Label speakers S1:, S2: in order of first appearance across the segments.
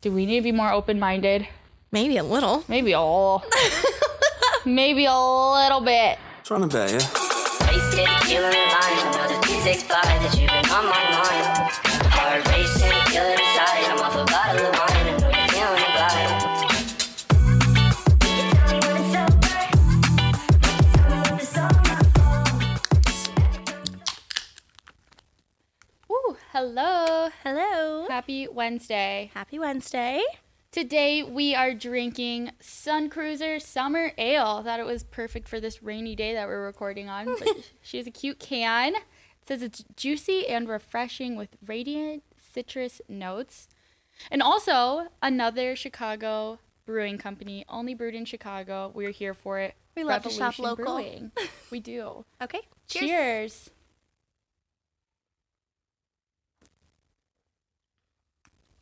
S1: Do we need to be more open minded?
S2: Maybe a little.
S1: Maybe a little. Maybe a little bit.
S3: Trying to bet you.
S4: Wasted killer line. Another D6 by that you've been on my mind. Heart racing, killer inside. I'm off a bottle of wine. I know you're feeling blind.
S1: Ooh, hello.
S2: Hello.
S1: Happy Wednesday.
S2: Happy Wednesday.
S1: Today we are drinking Sun Cruiser Summer Ale. Thought it was perfect for this rainy day that we're recording on. But she has a cute can. It says it's juicy and refreshing with radiant citrus notes. And also another Chicago brewing company, only brewed in Chicago. We're here for it.
S2: We love to shop
S1: Revolution
S2: local.
S1: Brewing. We do.
S2: Okay.
S1: Cheers.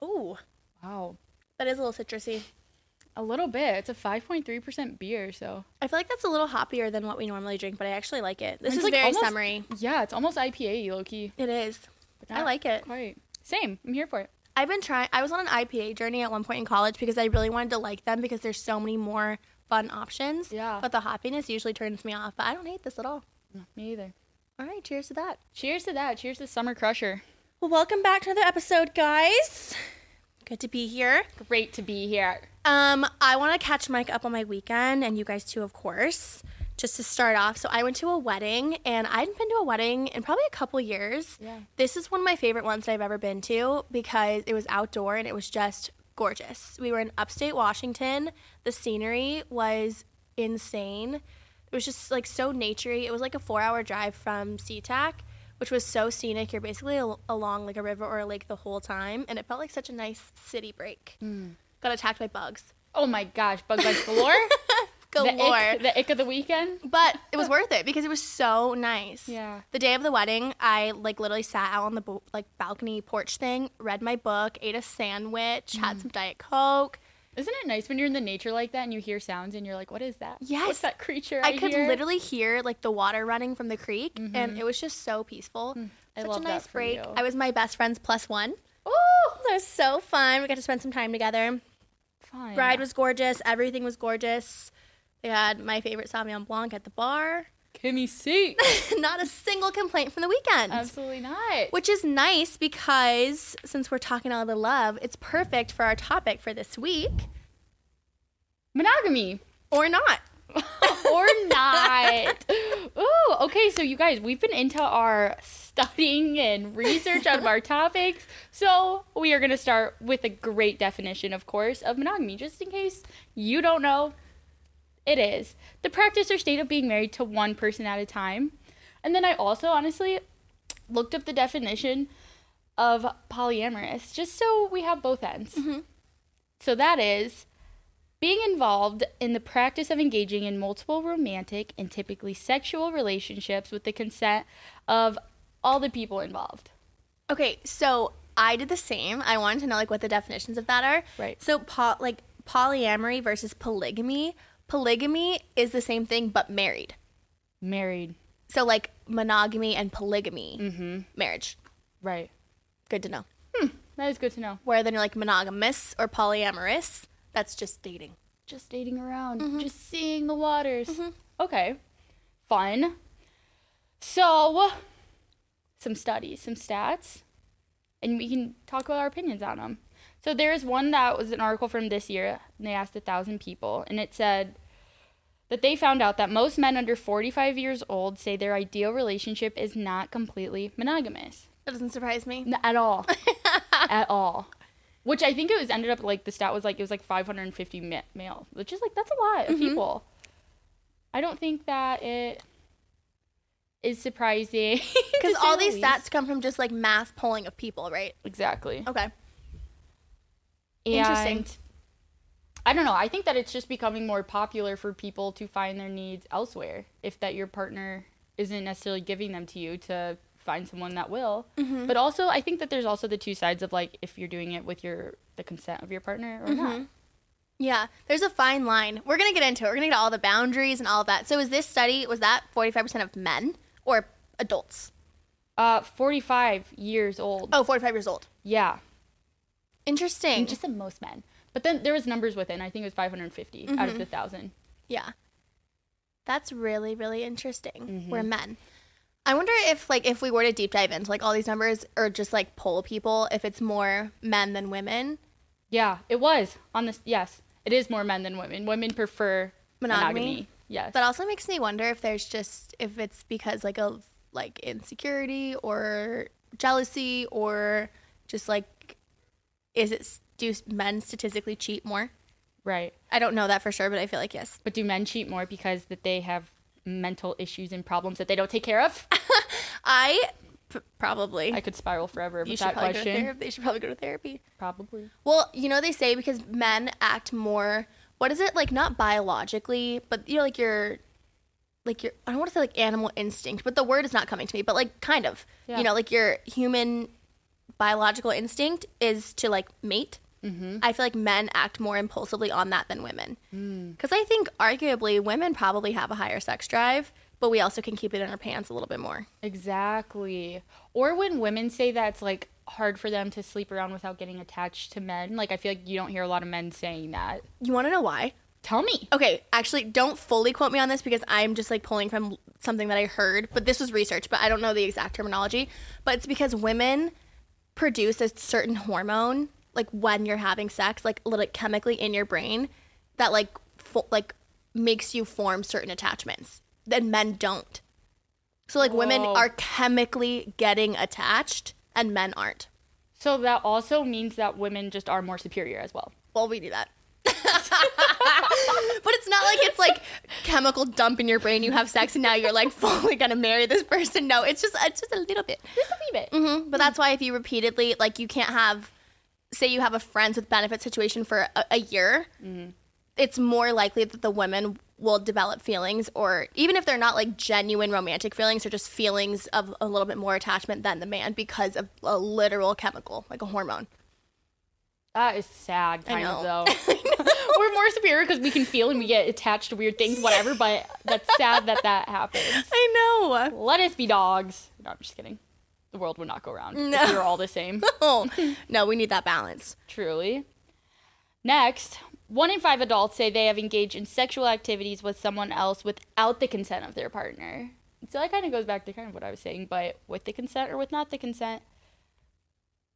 S2: Ooh,
S1: Wow.
S2: that is a little citrusy.
S1: A little bit. It's a 5.3% beer, so
S2: I feel like that's a little hoppier than what we normally drink, but I actually like it. This
S1: It's
S2: is
S1: like
S2: very
S1: almost-
S2: summery.
S1: yeah, it's almost IPA low key.
S2: It is. I like it.
S1: Quite. Same. I'm here for it.
S2: I've been trying. I was on an IPA journey at one point in college because I really wanted to like them because there's so many more fun options.
S1: Yeah.
S2: But the hoppiness usually turns me off. But I don't hate this at all.
S1: Me either.
S2: All right. Cheers to that.
S1: Cheers to that. Cheers to Summer Crusher.
S2: Well, welcome back to another episode, guys. Good to be here.
S1: Great to be here.
S2: Um, I want to catch Mike up on my weekend, and you guys too, of course. Just to start off, so I went to a wedding, and I hadn't been to a wedding in probably a couple years.
S1: Yeah.
S2: This is one of my favorite ones that I've ever been to because it was outdoor and it was just gorgeous. We were in upstate Washington. The scenery was insane. It was just like so naturey. It was like a four-hour drive from SeaTac, which was so scenic. You're basically al- along like a river or a lake the whole time, and it felt like such a nice city break. Got attacked by bugs.
S1: Oh my gosh, Bug Bug Galore. the,
S2: Galore.
S1: ick, the ick of the weekend.
S2: but it was worth it because it was so nice.
S1: Yeah.
S2: The day of the wedding, I like literally sat out on the bo- like balcony porch thing, read my book, ate a sandwich,
S1: Mm-hmm.
S2: had some diet coke.
S1: Isn't it nice when you're in the nature like that and you hear sounds and you're like, what is that?
S2: Yes.
S1: What's that creature?
S2: I
S1: I,
S2: could
S1: hear?"
S2: literally hear like the water running from the creek, and it was just so peaceful.
S1: Mm-hmm. Mm, I
S2: Such
S1: love
S2: a
S1: that
S2: nice
S1: for
S2: break.
S1: you.
S2: I was my best friend's plus one.
S1: Oh,
S2: That was so fun. We got to spend some time together.
S1: fine.
S2: Bride was gorgeous. Everything was gorgeous. They had my favorite Sauvignon Blanc at the bar.
S1: Kimmy C.
S2: Not a single complaint from the weekend.
S1: Absolutely not.
S2: Which is nice because since we're talking all the love, it's perfect for our topic for this week
S1: Monogamy.
S2: or not.
S1: or not. Ooh, okay, so you guys, we've been into our studying and research out of our topics. So we are going to start with a great definition, of course, of monogamy, just in case you don't know. It is the practice or state of being married to one person at a time. And then I also honestly looked up the definition of polyamorous just so we have both ends. So that is being involved in the practice of engaging in multiple romantic and typically sexual relationships with the consent of all the people involved.
S2: Okay, so I did the same. I wanted to know like what the definitions of that are.
S1: Right.
S2: So po- like polyamory versus polygamy. Polygamy is the same thing but married.
S1: Married.
S2: So like monogamy and polygamy. Marriage.
S1: Right.
S2: Good to know.
S1: That is good to know.
S2: Where then you're like monogamous or polyamorous, that's just dating.
S1: Just dating around, just seeing the waters. Okay. Fun. So, some studies, some stats, and we can talk about our opinions on them. So, there is one that was an article from this year, and they asked a thousand people, and it said that they found out that most men under 45 years old say their ideal relationship is not completely monogamous.
S2: That doesn't surprise me.
S1: N- at all. at all. Which I think it was ended up like the stat was like it was like 550 ma- male, which is like that's a lot
S2: Mm-hmm.
S1: of people. I don't think that it is surprising to
S2: Because
S1: say
S2: all
S1: the
S2: these
S1: least.
S2: stats come from just like mass polling of people, right?
S1: exactly.
S2: Okay.
S1: Interesting.
S2: Interesting.
S1: I don't know. I think that it's just becoming more popular for people to find their needs elsewhere. If that your partner isn't necessarily giving them to you to find someone that will. But also, I think that there's also the two sides of like if you're doing it with your the consent of your partner or not.
S2: Yeah, there's a fine line. We're gonna get into it. We're gonna get all the boundaries and all of that. So, is this study was that 45% of men or adults?
S1: Uh, 45 years old.
S2: Oh, 45 years old.
S1: Yeah.
S2: Interesting.
S1: and just the most men. Mm-hmm. But then there was numbers within. I think it was 550 out of the thousand.
S2: Yeah. That's really, really interesting. We're men. I wonder if like if we were to deep dive into like all these numbers or just like poll people, if it's more men than women.
S1: Yeah, it was on this. Yes, it is more men than women. Women prefer monogamy.
S2: Monogamy?
S1: Yes,
S2: That also makes me wonder if there's just if it's because like of like insecurity or jealousy or just like is it s- do s- men statistically cheat more?
S1: right.
S2: I don't know that for sure, but I feel like yes.
S1: But do men cheat more because that they have mental issues and problems that they don't take care of?
S2: I p- probably
S1: I could spiral forever with
S2: you should
S1: that
S2: probably go to
S1: question.
S2: therapy. You should probably go to therapy.
S1: Probably.
S2: Well, you know they say because men act more. What is it like? Not biologically, but you know, like your, like your. I don't want to say like animal instinct, but the word is not coming to me. But like, kind of.
S1: Yeah.
S2: You know, like your human biological instinct is to like mate. Mm-hmm. I feel like men act more impulsively on that than women, because I think arguably women probably have a higher sex drive, but we also can keep it in our pants a little bit more.
S1: Exactly. Or when women say that it's like hard for them to sleep around without getting attached to men. Like I feel like you don't hear a lot of men saying that.
S2: You want to know why?
S1: Tell me.
S2: Okay, actually, don't fully quote me on this because I'm just like pulling from something that I heard, but this was research, but I don't know the exact terminology. But it's because women produce a certain hormone, like when you're having sex, like little like, chemically in your brain, that like fo- like makes you form certain attachments. Then men don't. So like women
S1: Whoa.
S2: are chemically getting attached, and men aren't.
S1: So that also means that women just are more superior as well.
S2: Well, we do that. but it's not like it's like chemical dump in your brain. You have sex and now you're like fully gonna marry this person. No, it's just it's just a little bit.
S1: Just a wee bit.
S2: Mhm. But that's why if you repeatedly like you can't have, say you have a friends with benefit situation for a, a year, it's more likely that the women will develop feelings or even if they're not like genuine romantic feelings, they're just feelings of a little bit more attachment than the man because of a literal chemical like a hormone.
S1: That is sad,
S2: I
S1: kind of
S2: know.
S1: though. We're more superior because we can feel and we get attached to weird things, whatever. But that's sad that that happens.
S2: I know.
S1: Let us be dogs. No, I'm just kidding. The world would not go round
S2: No.
S1: if we were all the same.
S2: Oh, no, we need that balance.
S1: Truly. Next, one in five adults say they have engaged in sexual activities with someone else without the consent of their partner. So that kind of goes back to kind of what I was saying, but with the consent or with not the consent.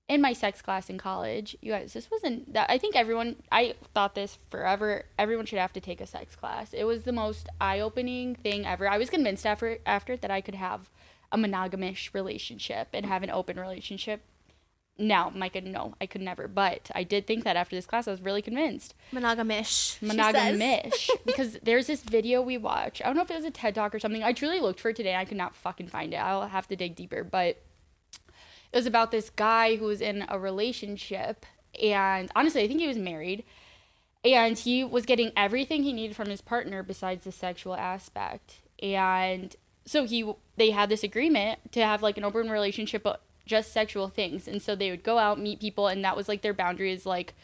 S1: In my sex class in college, you guys, this wasn't that. I think everyone, I thought this forever. Everyone should have to take a sex class. It was the most eye opening thing ever. I was convinced after, after that I could have a monogamous relationship and have an open relationship now, Micah, no, I could never. But I did think that after this class, I was really convinced.
S2: Monogamish. she says.
S1: Monogamish. because there's this video we watch. I don't know if it was a TED Talk or something. I truly looked for it today. I could not fucking find it. I'll have to dig deeper. But it was about this guy who was in a relationship. And honestly, I think he was married. And he was getting everything he needed from his partner besides the sexual aspect. And so he they had this agreement to have like an open relationship but just sexual things. And so they would go out, meet people, and that was like their boundary is like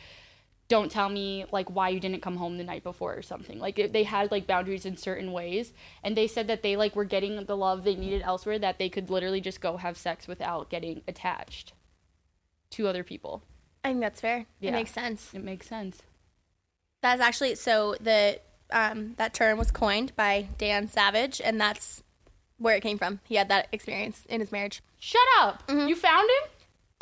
S1: don't tell me like why you didn't come home the night before or something like it- they had like boundaries in certain ways and they said that they like were getting the love they needed elsewhere that they could literally just go have sex without getting attached to other people
S2: I think that's fair.
S1: Yeah.
S2: It makes sense.
S1: it makes sense
S2: That's actually so the um, that term was coined by Dan Savage, and that's where it came from. He had that experience in his marriage.
S1: shut up
S2: Mm-hmm.
S1: you found him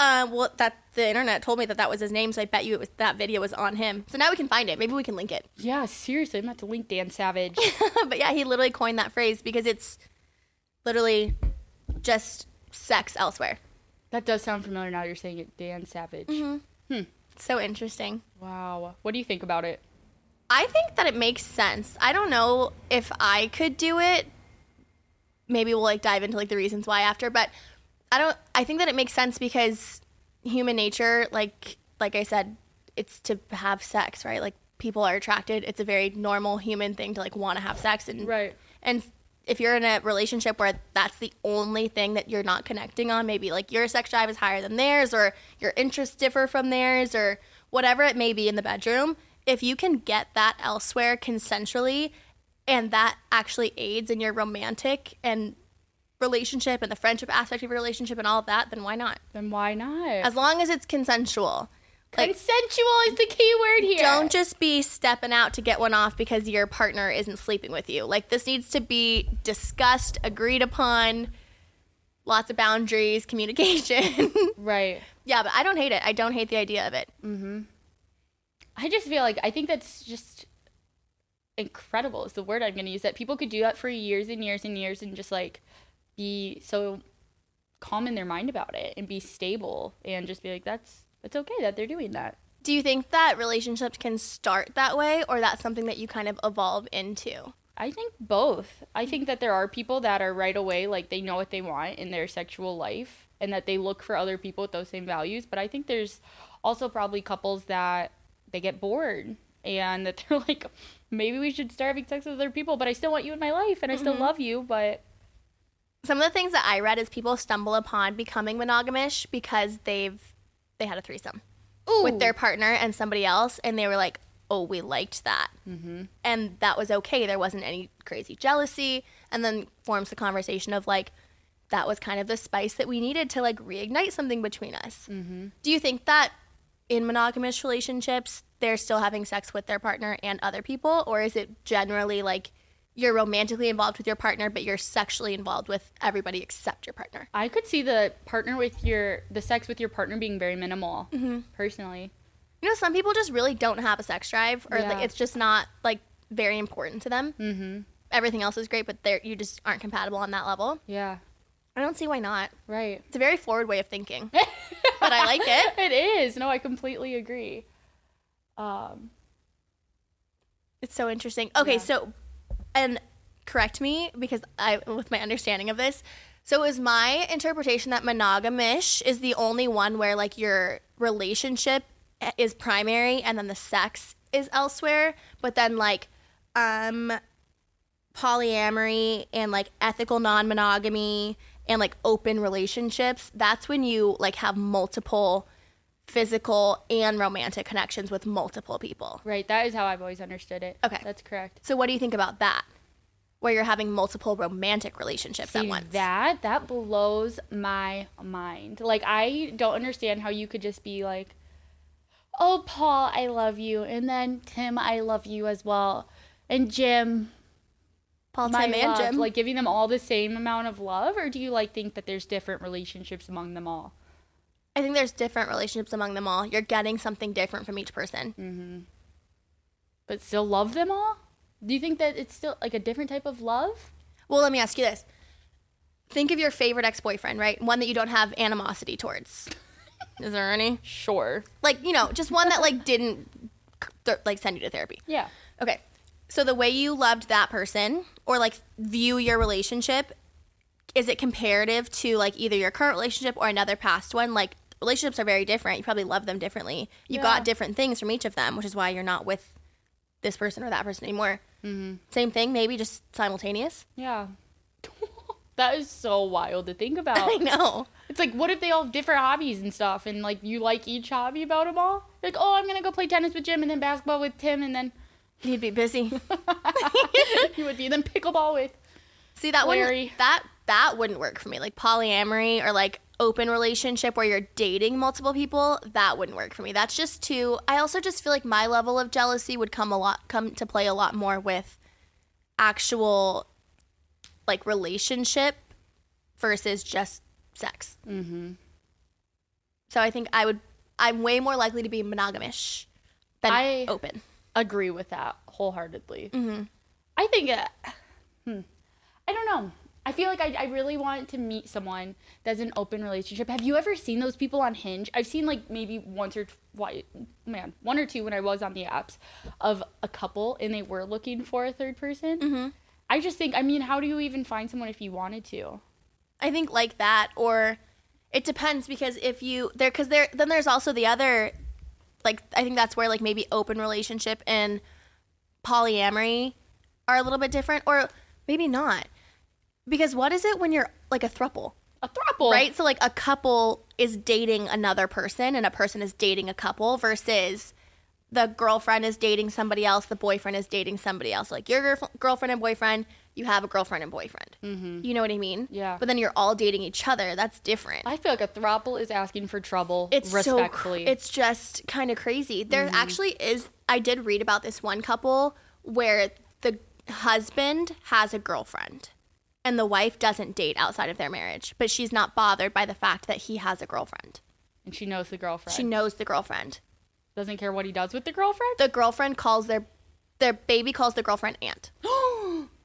S2: Uh, well, that the internet told me that that was his name, so I bet you it was that video was on him. So now we can find it. Maybe we can link it.
S1: yeah seriously i'm gonna have to link dan savage
S2: but yeah, he literally coined that phrase because it's literally just sex elsewhere.
S1: that does sound familiar now you're saying it dan savage
S2: Mm-hmm. So interesting.
S1: wow what do you think about it
S2: I think that it makes sense. I don't know if I could do it. Maybe we'll like dive into like the reasons why after, but I don't I think that it makes sense because human nature like like I said, it's to have sex, right? Like people are attracted. It's a very normal human thing to like want to have sex and
S1: Right.
S2: And if you're in a relationship where that's the only thing that you're not connecting on, maybe like your sex drive is higher than theirs or your interests differ from theirs or whatever it may be in the bedroom, if you can get that elsewhere consensually and that actually aids in your romantic and relationship and the friendship aspect of your relationship and all of that, then why not?
S1: then why not
S2: As long as it's consensual. Like,
S1: Consensual is the key word here.
S2: don't just be stepping out to get one off because your partner isn't sleeping with you. Like, this needs to be discussed, agreed upon, lots of boundaries, communication.
S1: Right.
S2: yeah, but I don't hate it. I don't hate the idea of it.
S1: I just feel like I think that's just incredible is the word I'm going to use that people could do that for years and years and years and just like be so calm in their mind about it and be stable and just be like that's it's okay that they're doing that.
S2: Do you think that relationships can start that way, or that's something that you kind of evolve into?
S1: I think both. I think that there are people that are right away like they know what they want in their sexual life and that they look for other people with those same values, but I think there's also probably couples that they get bored and that they're like maybe we should start having sex with other people, but I still want you in my life and I still love you, but
S2: Some of the things that I read is people stumble upon becoming monogamish because they've they had a threesome with their partner and somebody else, and they were like, "Oh, we liked that," and that was okay. There wasn't any crazy jealousy, and then forms the conversation of like, "That was kind of the spice that we needed to like reignite something between us." Do you think that in monogamous relationships they're still having sex with their partner and other people, or is it generally like you're romantically involved with your partner, but you're sexually involved with everybody except your partner?
S1: I could see the partner with your the sex with your partner being very minimal personally.
S2: You know, some people just really don't have a sex drive, or
S1: Yeah.
S2: like it's just not like very important to them. Mm-hmm. Everything else is great, but they you just aren't compatible on that level.
S1: Yeah.
S2: I don't see why not.
S1: Right.
S2: It's a very forward way of thinking, but I like it.
S1: It is. No, I completely agree. Um
S2: It's so interesting. Okay, so and correct me because I with my understanding of this. So is my interpretation that monogamish is the only one where like your relationship is primary and then the sex is elsewhere, but then like um polyamory and like ethical non-monogamy and like open relationships, that's when you like have multiple physical and romantic connections with multiple people.
S1: Right, that is how I've always understood it.
S2: Okay.
S1: That's correct.
S2: So what do you think about that? Where you're having multiple romantic relationships at
S1: See,
S2: once.
S1: That that blows my mind. Like I don't understand how you could just be like, "Oh, Paul, I love you," and then Tim, I love you as well, and Jim,
S2: Paul
S1: my
S2: Tim and
S1: love.
S2: Jim.
S1: Like giving them all the same amount of love, or do you like think that there's different relationships among them all?
S2: I think there's different relationships among them all. You're getting something different from each person.
S1: But still love them all? Do you think that it's still like a different type of love?
S2: Well, let me ask you this. Think of your favorite ex-boyfriend, right? One that you don't have animosity towards. Is there any?
S1: Sure.
S2: Like, you know, just one that like didn't th- like send you to therapy.
S1: Yeah.
S2: Okay. So the way you loved that person or like view your relationship, is it comparative to like either your current relationship or another past one? Like relationships are very different. You probably love them differently. You
S1: Yeah.
S2: got different things from each of them, which is why you're not with this person or that person anymore. Same thing, maybe just simultaneous.
S1: Yeah. that is so wild to think about.
S2: I know.
S1: It's like, what if they all have different hobbies and stuff, and like you like each hobby about them all? Like, oh, I'm gonna go play tennis with Jim, and then basketball with Tim, and then
S2: You'd be busy.
S1: you would be then pickleball with.
S2: See that
S1: Larry.
S2: wouldn't that that wouldn't work for me. Like polyamory or like open relationship where you're dating multiple people, that wouldn't work for me. That's just too I also just feel like my level of jealousy would come a lot come to play a lot more with actual like relationship versus just sex. Mhm.
S1: Mm-hmm.
S2: So I think I would I'm way more likely to be monogamish than
S1: I-
S2: open.
S1: Agree with that wholeheartedly.
S2: Mm-hmm.
S1: I think, uh, hmm, I don't know. I feel like I, I really want to meet someone that's an open relationship. Have you ever seen those people on Hinge? I've seen like maybe once or twice, man, one or two when I was on the apps of a couple and they were looking for a third person.
S2: Mm-hmm.
S1: I just think, I mean, how do you even find someone if you wanted to?
S2: I think like that, or it depends because if you there, because there then there's also the other, like I think that's where like maybe open relationship and polyamory are a little bit different, or maybe not, because what is it when you're like a thruple,
S1: A throuple,
S2: right? So like a couple is dating another person, and a person is dating a couple versus the girlfriend is dating somebody else, the boyfriend is dating somebody else. Like your girlf- girlfriend and boyfriend, you have a girlfriend and boyfriend. Mm-hmm. You know what I mean?
S1: Yeah.
S2: But then you're all dating each other. That's different.
S1: I feel like a throuple is asking for trouble.
S2: it's
S1: respectfully. Mm-hmm.
S2: so cr- it's just kind of crazy. There actually is. I did read about this one couple where the husband has a girlfriend. And the wife doesn't date outside of their marriage, but she's not bothered by the fact that he has a girlfriend.
S1: and she knows the girlfriend.
S2: She knows the girlfriend.
S1: doesn't care what he does with the girlfriend.
S2: The girlfriend calls their their baby calls the girlfriend aunt.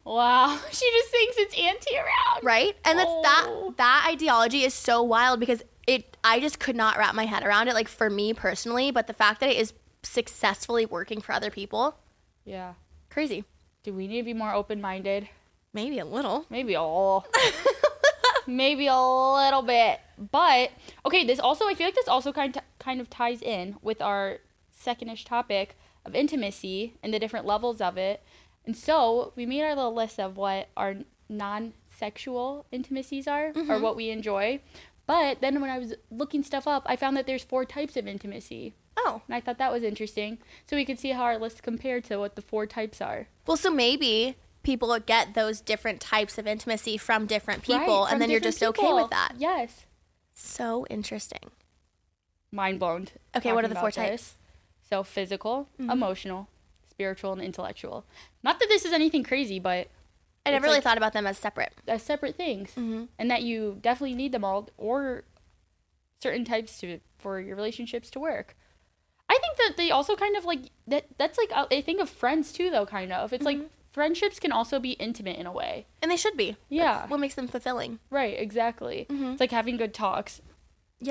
S1: Wow, she just thinks it's auntie around.
S2: right and that's
S1: Oh.
S2: that that ideology is so wild because it i just could not wrap my head around it like for me personally but the fact that it is successfully working for other people
S1: Yeah.
S2: crazy
S1: Do we need to be more open minded?
S2: maybe a little
S1: Maybe a little. Maybe a little bit. But okay, this also I feel like this also kind kind of ties in with our second-ish topic of intimacy and the different levels of it. And so, we made our little list of what our non-sexual intimacies are or what we enjoy. But then when I was looking stuff up, I found that there's four types of intimacy.
S2: oh
S1: And I thought that was interesting. So we could see how our lists compare to what the four types are.
S2: well so maybe people would get those different types of intimacy from different people and
S1: from
S2: then you're
S1: different
S2: just okay
S1: people.
S2: with that
S1: Yes.
S2: so interesting
S1: Mind blown.
S2: Okay, what
S1: talking
S2: are the four Mm-hmm.
S1: about this. So physical, emotional, spiritual, and intellectual. Not that this is anything crazy, but
S2: i
S1: It's
S2: never really Mm-hmm.
S1: like-
S2: thought about them as separate
S1: as separate things. And that you definitely need them all or certain types to for your relationships to work. I think that they also kind of like that that's like I think of friends too though kind of. It's like
S2: Mm-hmm.
S1: friendships can also be intimate in a way.
S2: and they should be
S1: Yeah.
S2: what makes them fulfilling
S1: Right, exactly. It's like having good talks.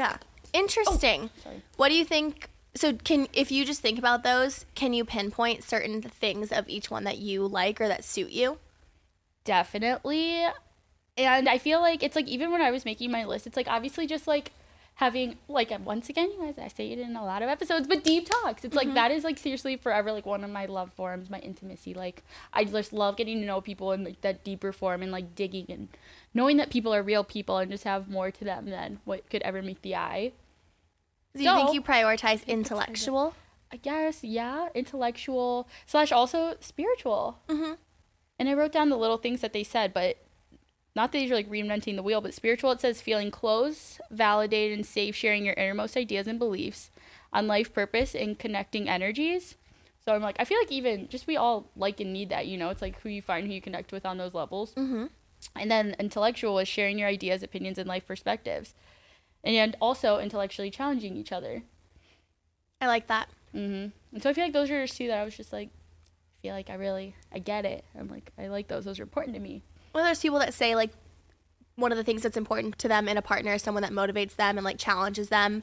S2: Yeah. Interesting.
S1: sorry.
S2: what do you think? So can if you just think about those, can you pinpoint certain things of each one that you like or that suit you?
S1: Definitely. And I feel like it's like even when I was making my list, it's like obviously just like having like once again, you guys, I say it in a lot of episodes, but deep talks. It's like that is like seriously forever like one of my love forms, my intimacy. Like I just love getting to know people in like that deeper form and like digging and knowing that people are real people and just have more to them than what could ever meet the eye.
S2: Do you think
S1: So-
S2: you prioritize intellectual?
S1: I guess, yeah, intellectual slash also spiritual. Mm-hmm. And I wrote down the little things that they said, but not that these are like reinventing the wheel, but spiritual, it says feeling close, validated, and safe, sharing your innermost ideas and beliefs on life purpose and connecting energies. So I'm like, I feel like even just we all like and need that, you know? It's like who you find, who you connect with on those levels. Mm-hmm. And then intellectual is sharing your ideas, opinions, and life perspectives. And also intellectually challenging each other.
S2: I like that.
S1: And so I feel like those are just two that I was just like, I feel like I really, I get it. I'm like, I like those. Those are important to me.
S2: Well, there's people that say like one of the things that's important to them in a partner is someone that motivates them and like challenges them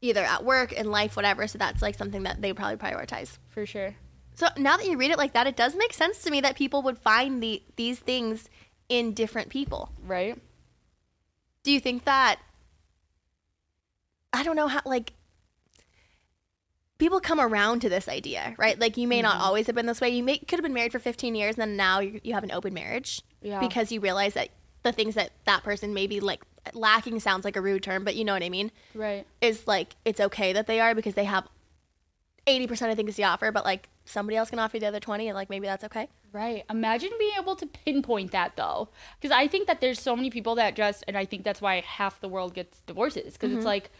S2: either at work, in life, whatever. So that's like something that they probably prioritize.
S1: For sure.
S2: So now that you read it like that, it does make sense to me that people would find the these things in different people.
S1: Right?
S2: do you think that i don't know how like people come around to this idea right like you may not always have been this way you may could have been married for 15 years and then now you, you have an open marriage
S1: Yeah.
S2: because you realize that the things that that person may be like lacking sounds like a rude term but you know what i mean
S1: Right.
S2: is like it's okay that they are because they have 80% of things to offer but like somebody else can offer you the other 20 and like maybe that's okay
S1: Right. Imagine being able to pinpoint that though. Because I think that there's so many people that just, and I think that's why half the world gets divorces. Because
S2: Mm-hmm.
S1: it's like,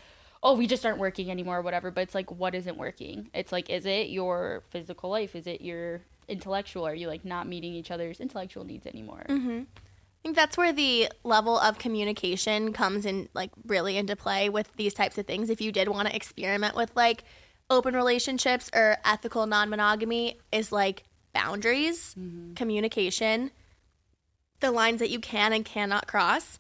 S1: oh, we just aren't working anymore or whatever. But it's like, what isn't working? It's like, is it your physical life? Is it your intellectual? Are you like not meeting each other's intellectual needs anymore?
S2: Mm-hmm. I think that's where the level of communication comes in, like, really into play with these types of things. If you did want to experiment with, like, open relationships or ethical non monogamy, is like boundaries, communication, the lines that you can and cannot cross.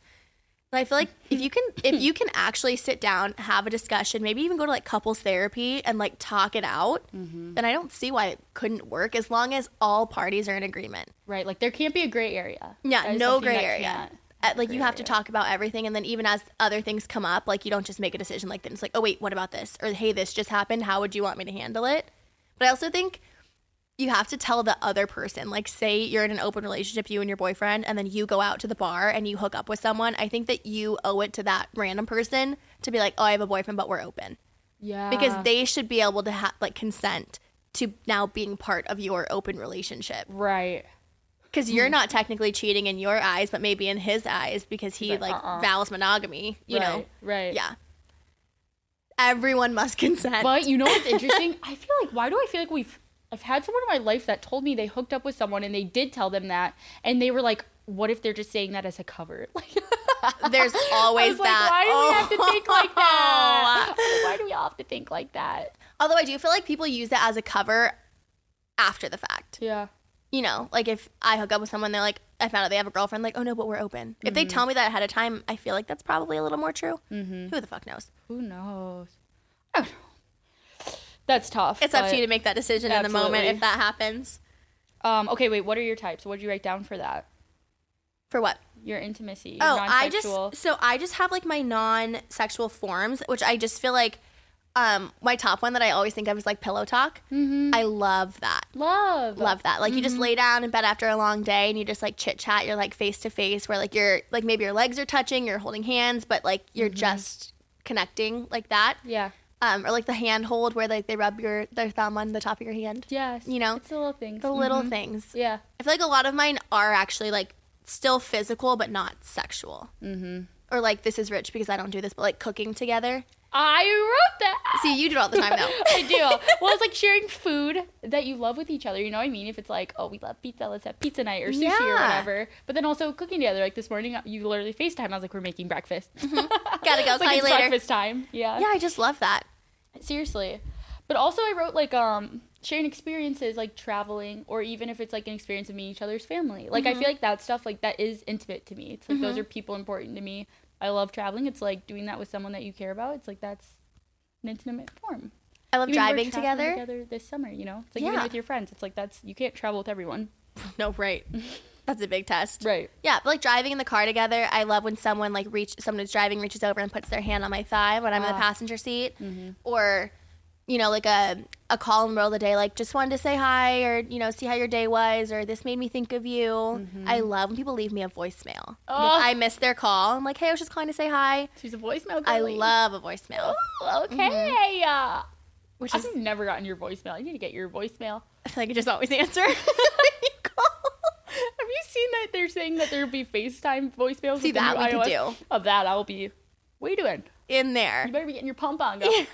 S2: And I feel like if you can if you can actually sit down, have a discussion, maybe even go to like couples therapy and like talk it out, then I don't see why it couldn't work as long as all parties are in agreement.
S1: Right. Like, there can't be a gray area. That
S2: Yeah,
S1: is
S2: no
S1: something
S2: gray
S1: that
S2: area.
S1: can't-
S2: Uh, like you have to
S1: area.
S2: talk about everything, and then even as other things come up, like you don't just make a decision like that. It's like, oh wait, what about this? Or hey, this just happened. How would you want me to handle it? But I also think you have to tell the other person. Like, say you're in an open relationship, you and your boyfriend, and then you go out to the bar and you hook up with someone. I think that you owe it to that random person to be like, oh, I have a boyfriend, but we're open
S1: Yeah.
S2: because they should be able to have like consent to now being part of your open relationship
S1: Right.
S2: because
S1: Hmm.
S2: you're not technically cheating in your eyes, but maybe in his eyes because he
S1: like,
S2: like
S1: uh-uh.
S2: vows monogamy. You know,
S1: Right, Right.
S2: yeah. Everyone must consent.
S1: But you know what's interesting? I feel like why do I feel like we've I've had someone in my life that told me they hooked up with someone and they did tell them that and they were like, what if they're just saying that as a cover? Like
S2: There's
S1: I
S2: always
S1: was like,
S2: that.
S1: why do we have to think like that?
S2: Oh.
S1: Why do we all have to think like that?
S2: Although I do feel like people use that as a cover after the fact.
S1: Yeah.
S2: You know, like if I hook up with someone, they're like, I found out they have a girlfriend. Like, oh no, but we're open. If
S1: Mm-hmm.
S2: they tell me that ahead of time, I feel like that's probably a little more true. Mm-hmm. Who the fuck knows?
S1: Who knows? I don't know. That's tough.
S2: It's up to you to make that decision in the moment
S1: Absolutely.
S2: if that happens.
S1: to. Um, okay, wait. What are your types? What did you write down for that?
S2: For what?
S1: Your intimacy. Your
S2: Oh, I just
S1: non-sexual.
S2: so I just have like my non-sexual forms, which I just feel like um my top one that I always think of is like pillow talk. Mm-hmm. I love that.
S1: love.
S2: Love that. Like you
S1: Mm-hmm.
S2: just lay down in bed after a long day and you just like chit chat. You're like face to face where like you're like maybe your legs are touching, you're holding hands, but like you're
S1: Mm-hmm.
S2: just connecting like that.
S1: Yeah.
S2: Um, or like the hand hold where like they rub your their thumb on the top of your hand.
S1: Yes.
S2: You know?
S1: it's the little things. Mm-hmm.
S2: The little things.
S1: Yeah.
S2: I feel like a lot of mine are actually like still physical but not sexual. Mm-hmm. Or like this is rich because I don't do this, but like cooking together.
S1: I wrote that.
S2: See, you do it all the time though.
S1: I do. Well, it's like sharing food that you love with each other. You know what I mean? If it's like, oh, we love pizza, let's have pizza night or sushi or
S2: Yeah.
S1: whatever. But then also cooking together. Like this morning, uh, you literally FaceTime. I was like, we're making breakfast.
S2: Gotta go.
S1: it's like
S2: Call you
S1: it's
S2: later.
S1: breakfast time. Yeah.
S2: Yeah, I just love that.
S1: Seriously. But also, I wrote like um sharing experiences like traveling or even if it's like an experience of meeting each other's family. Like
S2: Mm-hmm.
S1: I feel like that stuff like that is intimate to me. It's like those are people important to me. I love traveling. It's like doing that with someone that you care about. It's like that's an intimate form.
S2: I love
S1: Even if we're
S2: driving
S1: traveling
S2: together.
S1: this summer, you know? It's like
S2: Yeah.
S1: even with your friends. It's like that's you can't travel with everyone.
S2: No, right. That's a big test.
S1: Right.
S2: Yeah, but like driving in the car together, I love when someone like reach someone who's driving reaches over and puts their hand on my thigh when I'm in the
S1: Ah. Mm-hmm.
S2: passenger seat, or you know like a a call in the middle of the day like just wanted to say hi or you know see how your day was or this made me think of you. I love when people leave me a voicemail. Like,
S1: Mm-hmm. Oh.
S2: if I miss their call. I'm like, hey, I was just calling to say hi.
S1: She's a voicemail
S2: I
S1: girly.
S2: love Mm-hmm. a voicemail,
S1: Ooh, okay. Uh,
S2: which is
S1: I've never gotten your voicemail. I need to get your voicemail.
S2: I feel like I just always answer. when you call.
S1: Have you seen that they're saying that there'll be FaceTime voicemails?
S2: See,
S1: with the
S2: that
S1: new
S2: we could
S1: iOS? Of that, I'll be. What are you doing?
S2: in there.
S1: You better be getting your pump on. Going.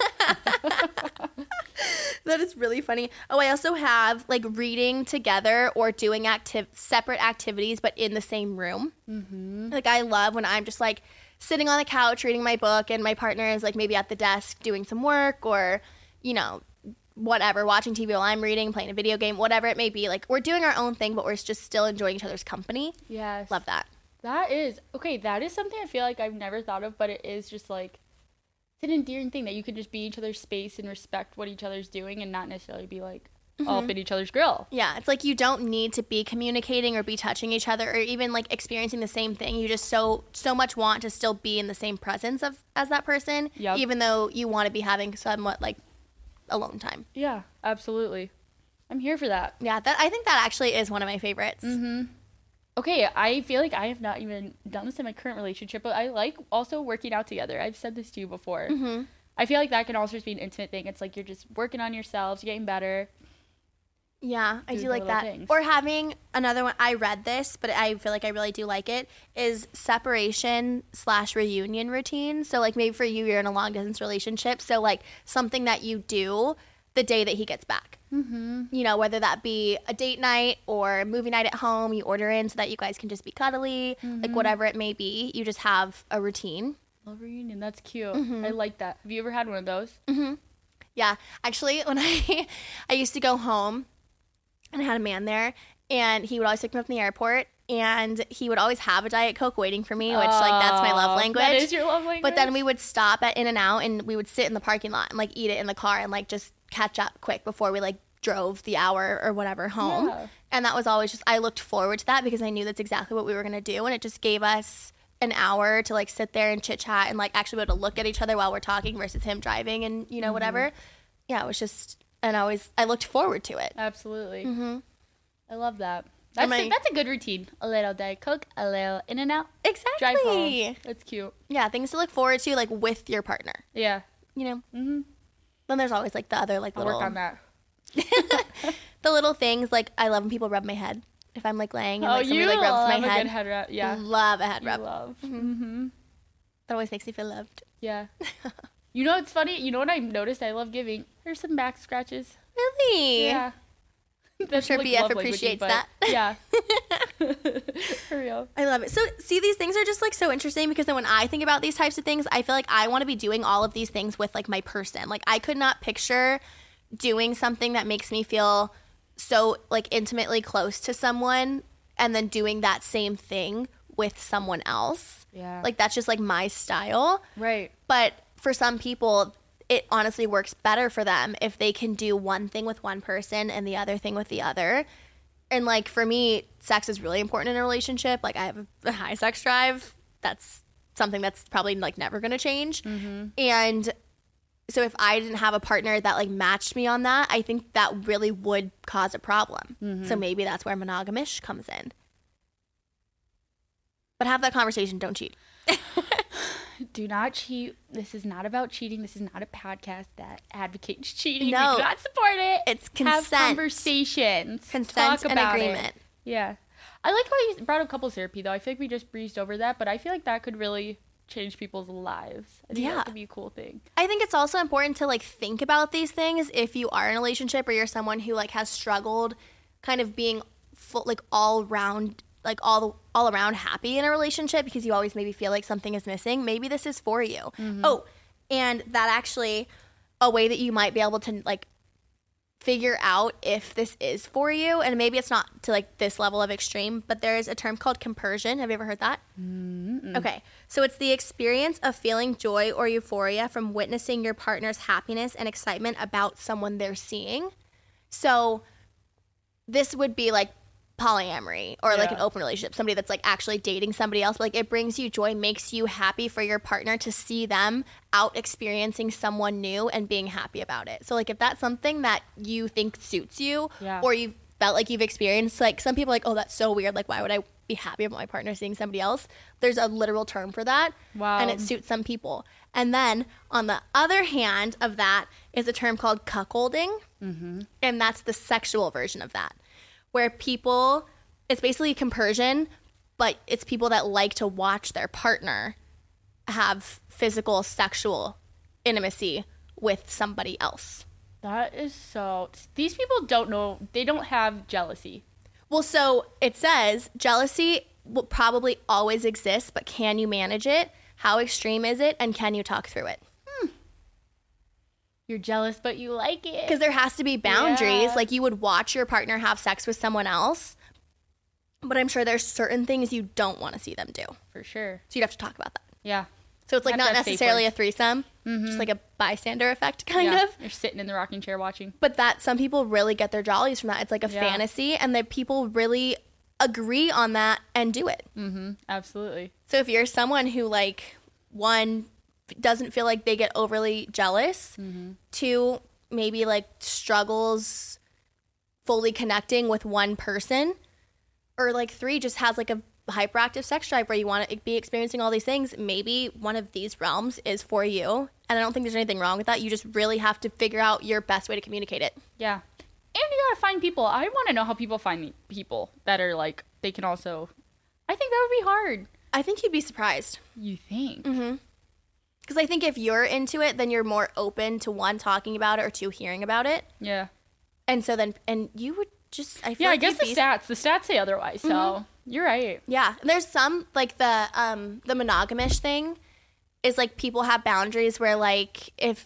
S2: That is really funny. Oh, I also have like reading together or doing active separate activities, but in the same room. Mm-hmm. Like I love when I'm just like sitting on the couch reading my book, and my partner is like maybe at the desk doing some work or you know whatever, watching TV while I'm reading, playing a video game, whatever it may be. Like we're doing our own thing, but we're just still enjoying each other's company.
S1: Yes.
S2: Love that.
S1: That is okay. That is something I feel like I've never thought of, but it is just like it's an endearing thing that you can just be in each other's space and respect what each other's doing, and not necessarily be like all
S2: Mm-hmm.
S1: up in each other's grill.
S2: Yeah, it's like you don't need to be communicating or be touching each other or even like experiencing the same thing. You just so so much want to still be in the same presence of as that person,
S1: Yep.
S2: even though you want to be having somewhat like alone time.
S1: Yeah, absolutely. I'm here for that.
S2: Yeah, that I think that actually is one of my favorites.
S1: Okay, I feel like I have not even done this in my current relationship, but I like also working out together. I've said this to you before.
S2: Mm-hmm.
S1: I feel like that can also just be an intimate thing. It's like you're just working on yourselves, getting better.
S2: Yeah, I
S1: Do
S2: do
S1: the
S2: like
S1: little
S2: that.
S1: things.
S2: Or having another one. I read this, but I feel like I really do like it. Is separation slash reunion routine. So like maybe for you, you're in a long distance relationship. So like something that you do the day that he gets back. Mm-hmm. You know, whether that be a date night or movie night at home, you order in so that you guys can just be cuddly,
S1: Mm-hmm.
S2: like whatever it may be. You just have a routine.
S1: Love reunion. That's cute.
S2: Mm-hmm.
S1: I like that. Have you ever had one of those?
S2: Yeah, actually, when I I used to go home, and I had a man there, and he would always pick me up from the airport, and he would always have a diet coke waiting for me, which like that's my love
S1: Oh,
S2: language.
S1: That is your love language.
S2: but then we would stop at In and Out, and we would sit in the parking lot and like eat it in the car, and like just catch up quick before we like drove the hour or whatever home.
S1: Yeah.
S2: And that was always just I looked forward to that because I knew that's exactly what we were gonna do, and it just gave us an hour to like sit there and chit chat and like actually be able to look at each other while we're talking versus him driving and you know
S1: Mm-hmm.
S2: whatever. Yeah, it was just and I always I looked forward to it.
S1: absolutely.
S2: Mm-hmm.
S1: I love that. That's
S2: my-
S1: a, that's a good routine. A little diet coke, a little in and out,
S2: Exactly.
S1: drive home. That's cute.
S2: Yeah, things to look forward to like with your partner.
S1: Yeah,
S2: You know. Mm-hmm. Then there's always like the other like
S1: I'll
S2: little
S1: work on that.
S2: the little things like I love when people rub my head. If I'm like laying and
S1: oh,
S2: like somebody
S1: you
S2: like rubs
S1: love
S2: my
S1: a
S2: head, Mm-hmm.
S1: good head wrap. Yeah.
S2: love a head
S1: You
S2: rub. Mm-hmm.
S1: love. Mm-hmm.
S2: That always makes me feel loved.
S1: Yeah. you know what's funny? You know what I noticed? I love giving. Here's some back scratches.
S2: Really?
S1: Yeah. That's
S2: sure BF
S1: love languagey,
S2: appreciates
S1: but
S2: that.
S1: yeah. For real.
S2: I love it. So see, these things are just like so interesting because then when I think about these types of things, I feel like I want to be doing all of these things with like my person. Like I could not picture doing something that makes me feel so like intimately close to someone and then doing that same thing with someone else.
S1: Yeah.
S2: Like that's just like my style.
S1: Right.
S2: But for some people, it honestly works better for them if they can do one thing with one person and the other thing with the other. And like for me, sex is really important in a relationship. Like I have a high sex drive. That's something that's probably like never going to change.
S1: Mm-hmm.
S2: And so if I didn't have a partner that like matched me on that, I think that really would cause a problem.
S1: Mm-hmm.
S2: So maybe that's where monogamish comes in. But have that conversation. Don't cheat.
S1: Do not cheat. This is not about cheating. This is not a podcast that advocates cheating.
S2: No.
S1: We do not support it.
S2: It's
S1: Have
S2: consent.
S1: conversations.
S2: Consent
S1: Talk
S2: and
S1: about it.
S2: agreement.
S1: Yeah. I like how you brought up couples therapy, though. I feel like we just breezed over that, but I feel like that could really change people's lives. I think
S2: Yeah.
S1: that could be a cool thing.
S2: I think it's also important to like think about these things if you are in a relationship or you're someone who like has struggled kind of being full, like all round like all the all around happy in a relationship because you always maybe feel like something is missing. Maybe this is for you. Oh, and that actually a way that you might be able to like figure out if this is for you and maybe it's not to like this level of extreme but there's a term called compersion have you ever heard that okay so it's the experience of feeling joy or euphoria from witnessing your partner's happiness and excitement about someone they're seeing so this would be like polyamory or like
S1: Yeah.
S2: an open relationship somebody that's like actually dating somebody else but like it brings you joy makes you happy for your partner to see them out experiencing someone new and being happy about it so like if that's something that you think suits you
S1: Yeah.
S2: or you felt like you've experienced like some people are like oh that's so weird like why would i be happy about my partner seeing somebody else there's a literal term for that
S1: Wow.
S2: and it suits some people and then on the other hand of that is a term called cuckolding
S1: Mm-hmm.
S2: and that's the sexual version of that where people it's basically compersion but it's people that like to watch their partner have physical sexual intimacy with somebody else
S1: That is so. These people don't know. They don't have jealousy.
S2: well so it says jealousy will probably always exist but can you manage it how extreme is it and can you talk through it
S1: You're jealous, but you like it.
S2: because there has to be boundaries.
S1: Yeah.
S2: Like you would watch your partner have sex with someone else, but I'm sure there's certain things you don't want to see them do.
S1: For sure.
S2: So you'd have to talk about that.
S1: Yeah.
S2: So it's like
S1: Have to
S2: not
S1: have safe
S2: necessarily a
S1: words. Mm-hmm.
S2: threesome, just like a bystander effect, kind
S1: yeah.
S2: of.
S1: You're sitting in the rocking chair watching.
S2: But that some people really get their jollies from that. It's like a
S1: Yeah.
S2: fantasy, and that people really agree on that and do it.
S1: Absolutely.
S2: So if you're someone who like one doesn't feel like they get overly jealous, two maybe like struggles fully connecting with one person, or like three just has like a hyperactive sex drive where you want to be experiencing all these things, maybe one of these realms is for you. And I don't think there's anything wrong with that. You just really have to figure out your best way to communicate it.
S1: Yeah. And you gotta find people. I want to know how people find the people that are like they can also. I think that would be hard.
S2: I think you'd be surprised.
S1: You think?
S2: Mm-hmm. Because I think if you're into it, then you're more open to one, talking about it, or two, hearing about it.
S1: Yeah.
S2: And so then, and you would just, I feel
S1: Yeah. I
S2: like Mm-hmm.
S1: guess
S2: you'd
S1: the
S2: be-
S1: stats. The stats say otherwise. So you're right.
S2: yeah. And there's some like the um the monogamish thing is like people have boundaries where like if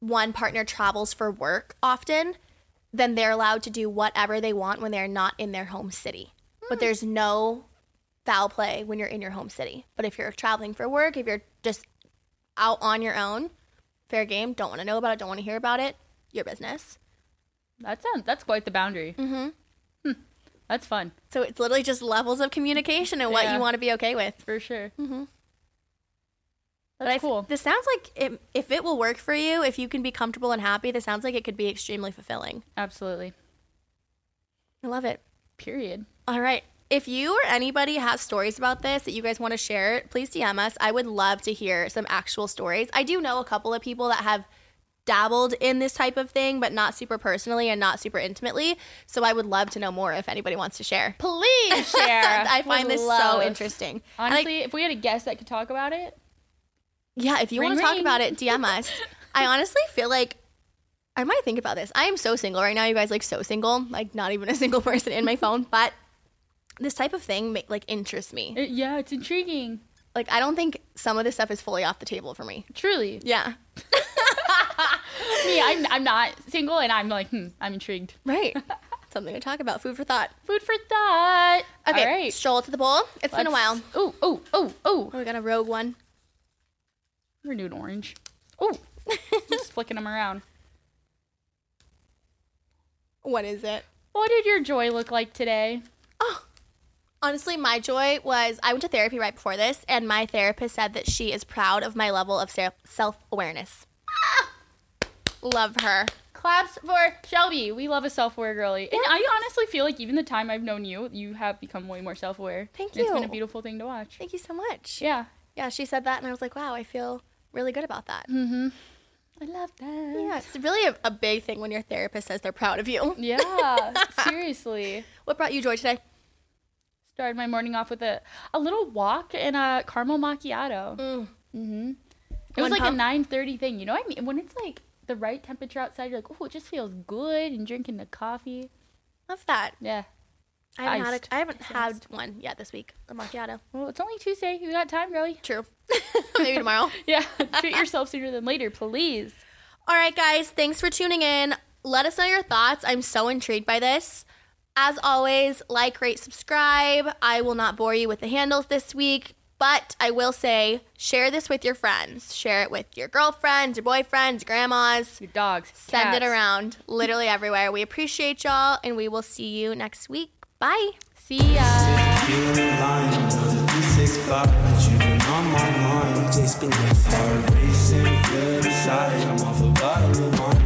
S2: one partner travels for work often, then they're allowed to do whatever they want when they're not in their home city. But
S1: Hmm.
S2: there's no foul play when you're in your home city. But if you're traveling for work, if you're just out on your own, fair game. Don't want to know about it. Don't want to hear about it. Your business.
S1: That sounds. That's quite the boundary. Mm-hmm. That's fun
S2: So it's literally just levels of communication and what
S1: Yeah.
S2: you want to be okay with.
S1: for sure.
S2: Mm.
S1: Mm-hmm.
S2: But I
S1: That's
S2: f-
S1: cool.
S2: This sounds like it, if it will work for you, if you can be comfortable and happy, this sounds like it could be extremely fulfilling.
S1: Absolutely.
S2: I love it.
S1: Period.
S2: All right. If you or anybody has stories about this that you guys want to share, please DM us. I would love to hear some actual stories. I do know a couple of people that have dabbled in this type of thing, but not super personally and not super intimately. So I would love to know more if anybody wants to share.
S1: Please share.
S2: I find
S1: Would
S2: this so
S1: love.
S2: interesting. And I-
S1: Honestly, if we had a guest that could talk about it,
S2: yeah, if you
S1: Ring,
S2: want to talk
S1: ring.
S2: about it, DM us. I honestly feel like I might think about this. I am so single right now, you guys. Like so single, like not even a single person in my phone. But this type of thing ma- like interests me.
S1: it- yeah, it's intriguing.
S2: Like I don't think some of this stuff is fully off the table for me.
S1: Truly,
S2: Yeah,
S1: me, I'm I'm not single, and I'm like, hmm, I'm intrigued.
S2: right. Something to talk about. Food for thought.
S1: Food for thought.
S2: Okay,
S1: All right.
S2: stroll to the bowl. It's been a while.
S1: Oh, oh, oh, oh.
S2: Oh, we got a rogue one.
S1: We're doing orange. Oh, just flicking them around.
S2: What is it?
S1: What did your joy look like today?
S2: Honestly, my joy was I went to therapy right before this, and my therapist said that she is proud of my level of self awareness. Love her.
S1: Claps for Shelby. We love a self-aware girly, and I honestly feel like even the time I've known you, you have become way more self-aware.
S2: Thank
S1: And It's been a
S2: you.
S1: beautiful thing to watch.
S2: Thank you so much.
S1: Yeah,
S2: Yeah, she said that, and I was like, wow, I feel really good about that.
S1: I love that.
S2: Yeah, it's really a, a big thing when your therapist says they're proud of you.
S1: Yeah, seriously.
S2: What brought you joy today?
S1: Started my morning off with a, a little walk and a caramel macchiato.
S2: Mm.
S1: hmm It was
S2: One
S1: like
S2: pump?
S1: a 9.30 thing. You know what I mean? When it's like the right temperature outside, you're like, oh, it just feels good. And drinking the coffee.
S2: Love that.
S1: Yeah.
S2: I haven't, had,
S1: Iced.
S2: a, I haven't had
S1: Iced.
S2: one yet this week. The macchiato.
S1: Well, it's only Tuesday. You got time, girly.
S2: True. Maybe tomorrow.
S1: Yeah. Treat yourself sooner than later, please.
S2: All right, guys, thanks for tuning in. Let us know your thoughts. I'm so intrigued by this. As always, like, rate, subscribe. I will not bore you with the handles this week, but I will say share this with your friends. Share it with your girlfriends, your boyfriends, your grandmas.
S1: Your dogs.
S2: Send it
S1: cats.
S2: around literally everywhere. We appreciate y'all, and we will see you next week. Bye.
S1: See ya.
S3: Racing, good side, I'm off a bottle of wine.